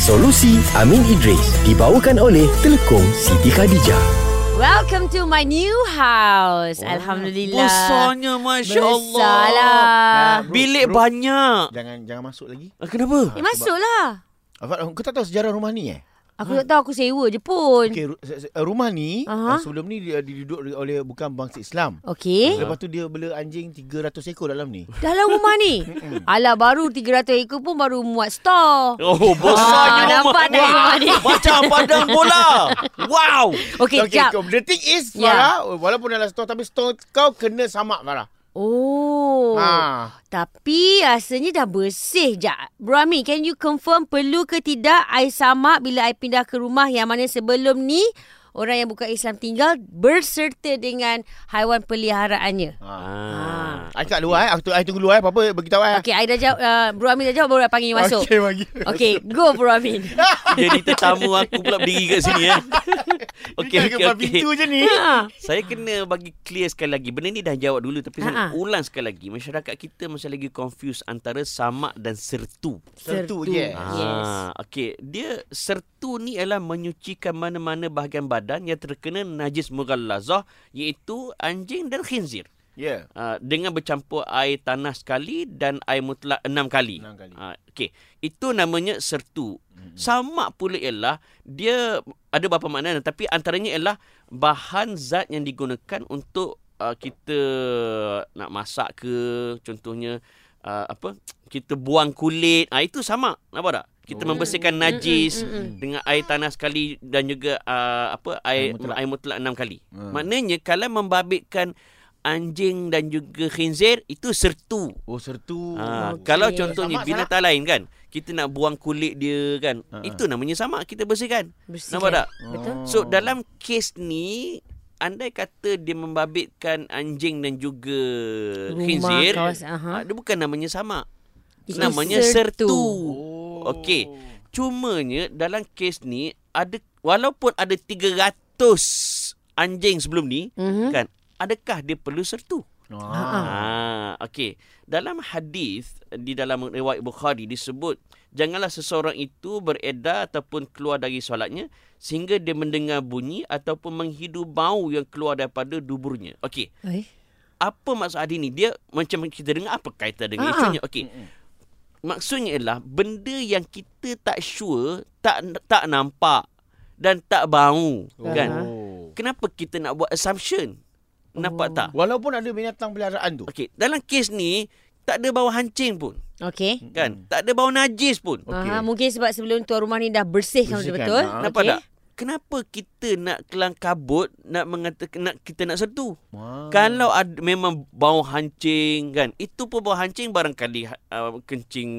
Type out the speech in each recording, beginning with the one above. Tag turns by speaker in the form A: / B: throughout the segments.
A: Solusi Amin Idris dibawakan oleh Telekom Siti Khadijah.
B: Welcome to my new house.
C: Oh,
B: Alhamdulillah.
C: Besarnya Masya Allah
B: Besar lah.
D: Bro,
C: Bilik
D: bro.
C: banyak
D: Jangan jangan masuk lagi.
C: Ah, Kenapa?
B: Eh, masuklah.
D: Afat, kau tak tahu sejarah rumah ni eh?
B: Aku tak tahu aku sewa je pun.
D: Okey, ru- se- se- uh, rumah ni
B: Aha.
D: uh sebelum ni dia diduduk oleh bukan bangsa Islam.
B: Okey.
D: Lepas tu dia bela anjing 300 ekor dalam ni.
B: Dalam rumah ni. Alah baru 300 ekor pun baru muat store.
C: Oh besarnya
B: Ah,
C: rumah
B: nampak tak rumah ni?
C: Macam padang bola Wow
B: Okey, okay, jap.
D: kau- the thing is
B: Ya.
D: Farah, walaupun dalam store tapi store kau kena sama Farah.
B: Oh.
D: Ha.
B: Tapi rasanya dah bersih je. Bro Amin, can you confirm perlu ke tidak I sama bila I pindah ke rumah yang mana sebelum ni orang yang bukan Islam tinggal berserta dengan haiwan peliharaannya?
C: ah.
D: Aku kat luar eh. Aku tu- I tunggu luar eh. Apa-apa beritahu eh.
B: Okey, I dah jawab. Uh, Bro Amin dah jawab baru I panggil you masuk.
D: Okey, bagi.
B: Okey, go Bro Amin.
C: Jadi Ah, tetamu aku pula berdiri kat sini eh. Okey
D: Dia kat
C: okey
D: depan
C: okey.
D: pintu je ni.
B: Ha.
C: Saya kena bagi clear sekali lagi. Benda ni dah jawab dulu tapi saya nak
B: Ha-ha.
C: ulang sekali lagi. Masyarakat kita masih lagi confuse antara samak dan sertu.
D: Sertu
B: Yes.
D: je.
C: Ah, okey. Dia sertu ni ialah menyucikan mana-mana bahagian badan yang terkena najis mughallazah iaitu anjing dan khinzir.
D: Ya.
C: Uh, dengan bercampur air tanah sekali dan air mutlak enam kali.
D: Enam kali.
C: Uh, Okey, itu namanya sertu.
D: Hmm.
C: Mm-hmm. Sama pula ialah dia ada beberapa makna tapi antaranya ialah bahan zat yang digunakan untuk uh, kita nak masak ke contohnya uh, apa kita buang kulit. Ah itu sama. Nampak tak? Kita
D: Oh.
C: membersihkan najis dengan air tanah sekali dan juga uh, apa air
D: Air mutlak.
C: air mutlak enam kali.
D: Hmm.
C: Maknanya kalau membabitkan anjing dan juga khinzir itu sertu.
D: Oh, sertu.
C: Ha,
B: Okey.
C: kalau contohnya
D: Samak,
C: binatang lain kan, kita nak buang kulit dia kan.
D: Ha, ha.
C: Itu namanya sama kita bersihkan.
B: Bersihkan.
C: Nampak tak?
B: Betul?
D: Oh.
C: So dalam kes ni andai kata dia membabitkan anjing dan juga
B: Rumah,
C: khinzir,
B: kawasan, aha.
C: ah, dia bukan namanya sama.
B: Itu
C: namanya
B: sertu.
C: sertu.
D: Oh.
C: Okey. Cumanya dalam kes ni ada walaupun ada 300 anjing sebelum ni
B: Mhm.
C: kan adakah dia perlu sertu?
D: Ah.
C: Ah, okey. Dalam hadis di dalam riwayat Bukhari disebut janganlah seseorang itu beredar ataupun keluar dari solatnya sehingga dia mendengar bunyi ataupun menghidu bau yang keluar daripada duburnya. Okey.
B: Eh?
C: Apa maksud hadis ni? Dia macam kita dengar apa kaitan dengan
B: Ah.
C: isunya? Okey. Maksudnya ialah benda yang kita tak sure, tak tak nampak dan tak bau,
D: Oh.
C: kan? Kenapa kita nak buat assumption? Nampak tak?
D: Walaupun ada binatang peliharaan tu.
C: Okey, dalam kes ni tak ada bau hancing pun,
B: Okey.
C: kan? Tak ada bau najis pun.
D: Okey.
B: Aha, mungkin sebab sebelum tuan rumah ni dah kan bersihkan
D: Bersihkan,
B: betul-betul.
D: ha.
C: Ah, Nampak tak? Kenapa kita nak kelang kabut nak mengatakan nak kita nak sertu?
D: Wah.
C: Kalau ada, memang bau hancing kan, itu pun bau hancing barangkali uh, kencing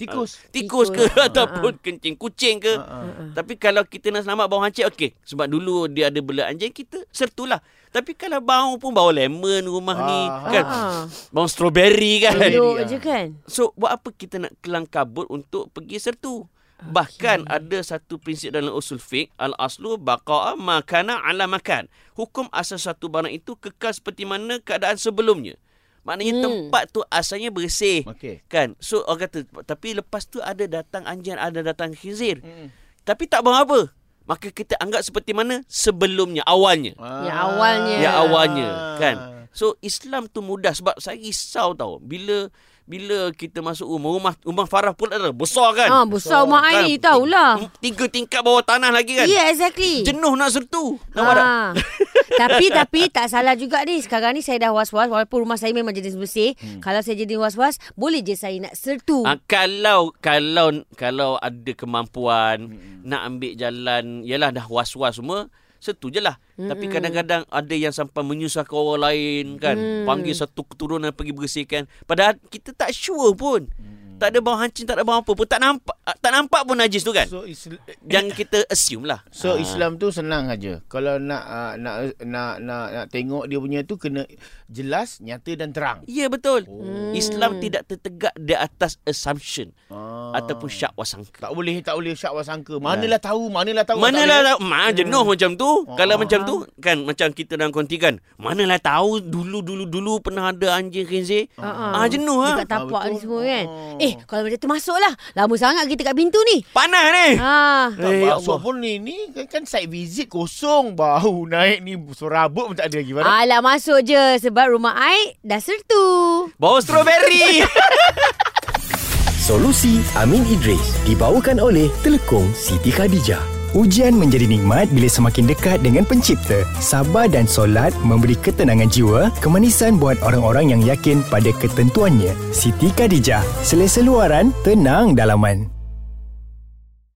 C: uh,
D: Tikus.
C: tikus ke
B: Tikus.
C: ataupun kencing kucing ke.
D: Ah, ah.
C: Tapi kalau kita nak selamat bau hancing okey sebab dulu dia ada bela anjing kita sertulah. Tapi kalau bau pun bau lemon rumah ni
D: Ah.
C: kan.
B: Ah.
C: Bau strawberry kan.
B: Elok
D: Kan?
B: je kan?
C: So buat apa kita nak kelang kabut untuk pergi sertu? Bahkan ada satu prinsip dalam usul fiqh al-aslu baqa'a makana ala makan. Hukum asal satu barang itu kekal seperti mana keadaan sebelumnya. Maknanya
B: Hmm.
C: hmm. tempat tu asalnya bersih.
D: Okey.
C: Kan? So orang kata tapi lepas tu ada datang anjing, ada datang khinzir.
D: Mm.
C: Tapi tak apa-apa. Maka kita anggap seperti mana sebelumnya awalnya.
D: Ah,
B: Yang awalnya.
C: Yang awalnya kan. So Islam tu mudah sebab saya risau tau bila bila kita masuk rumah rumah rumah Farah pula dah besar kan.
B: Ah, besar rumah
C: Kan?
B: air lah. ni tahulah.
C: Tiga tingkat bawah tanah lagi kan.
B: Ya, yeah, exactly.
C: Jenuh nak sertu. Nampak tak?
B: Ah. tapi tapi tak salah juga ni sekarang ni saya dah was-was walaupun rumah saya memang jenis bersih hmm. kalau saya jadi was-was boleh je saya nak sertu
C: Ah, kalau kalau kalau ada kemampuan nak ambil jalan yalah dah was-was semua sertu je lah. Tapi kadang-kadang ada yang sampai menyusahkan orang lain kan. Panggil satu keturunan pergi bersihkan. Padahal kita tak sure pun. Tak ada bau hancing, tak ada bau apa pun. Tak nampak ah, tak nampak pun najis tu kan.
D: So Islam
C: Jangan kita assume lah.
D: So Islam tu senang aja. Kalau nak uh, nak nak nak nak tengok dia punya tu kena jelas, nyata dan terang.
C: Ya betul.
D: Oh.
C: Islam tidak tertegak di atas assumption
D: Ah.
C: ataupun syak wasangka.
D: Tak boleh tak boleh syak wasangka. Manalah tahu, manalah tahu.
C: Eh. Manalah lah.
D: tak Hmm. Oh.
C: tahu Ma jenuh macam tu Kalau macam tu Kan macam kita dalam konti kan Manalah tahu Dulu-dulu-dulu Pernah ada anjing khinzir
B: Ah,
C: Ah jenuh ha
B: Dekat tapak
D: Ah,
B: ni
D: betul.
B: semua kan
D: Ah.
B: Eh kalau macam tu masuklah Lama sangat kita kat pintu ni.
C: Panas ni.
B: Ha.
D: Tak
C: Eh, ya
D: masuk
C: Allah.
D: pun ni ni kan, kan site visit kosong bau naik ni serabut pun tak ada lagi
C: Ah,
D: barang.
B: Ah. Alah masuk je sebab rumah I dah sertu.
C: Bau strawberry.
A: Solusi Amin Idris dibawakan oleh Telekong Siti Khadijah.
E: Ujian menjadi nikmat bila semakin dekat dengan pencipta. Sabar dan solat memberi ketenangan jiwa, kemanisan buat orang-orang yang yakin pada ketentuannya. Siti Khadijah, selesa luaran, tenang dalaman.